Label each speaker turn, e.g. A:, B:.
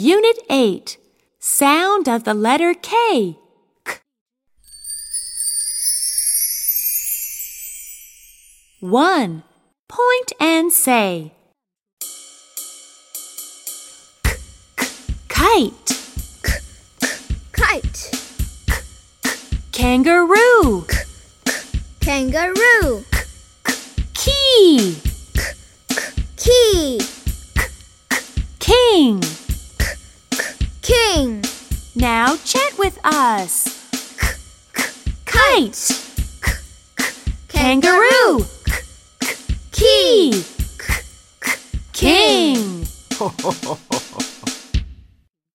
A: Unit 8 Sound of the letter K. K. One. Point and say. K, k, kite,
B: Kite,
A: kangaroo,
B: kangaroo,
A: key,
B: key,
A: king.
B: king,
A: Now chant with us. K, k, Kite, kangaroo, key, k, k, king.